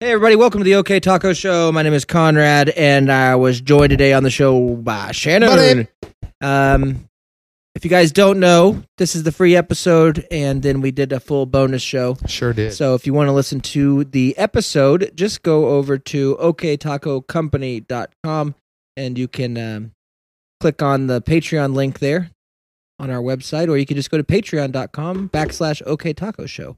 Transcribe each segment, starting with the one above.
Hey everybody, welcome to the OK Taco Show. My name is Conrad, and I was joined today on the show by Shannon. Um, if you guys don't know, this is the free episode, and then we did a full bonus show. Sure did. So if you want to listen to the episode, just go over to oktacocompany.com and you can um, click on the Patreon link there on our website, or you can just go to patreon.com backslash OK Taco Show.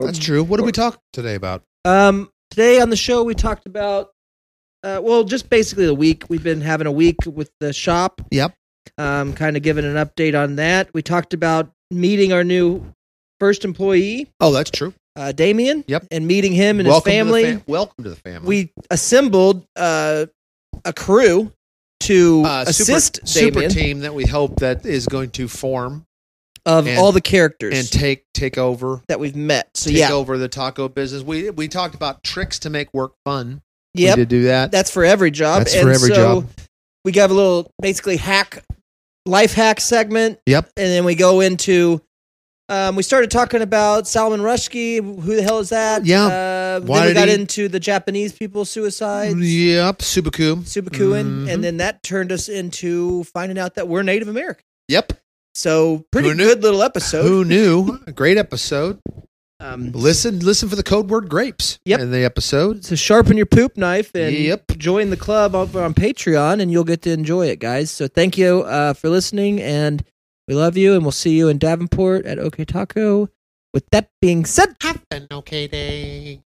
That's true. What did we talk today about? Um, today on the show, we talked about, uh, well, just basically the week. We've been having a week with the shop. Yep. Um, kind of giving an update on that. We talked about meeting our new first employee, Oh, that's true. uh, Damien. Yep. And meeting him and welcome his family. To the fam- welcome to the family. We assembled uh, a crew to uh, assist super, super Damien team that we hope that is going to form of and- all the characters and take take over that we've met. So take yeah, over the taco business. We we talked about tricks to make work fun. yep. We did do that. That's for every job. That's for every so job. We got a little basically hack, life hack segment. Yep. And then we go into, um, we started talking about Salman Rushdie. Who the hell is that? Yeah. Uh, Why then we did got he- into the Japanese people suicide, Yep. Subaku. Subakuin, Mhm. and then that turned us into finding out that we're Native American. Yep. So pretty Who knew? good little episode. Who knew? A great episode. Um, Listen listen for the code word grapes Yep. in the episode. so sharpen your poop knife and Yep. join the club over on Patreon, and you'll get to enjoy it, guys. So thank you uh, for listening, and we love you, and we'll see you in Davenport at OK Taco. With that being said. Have an okay day.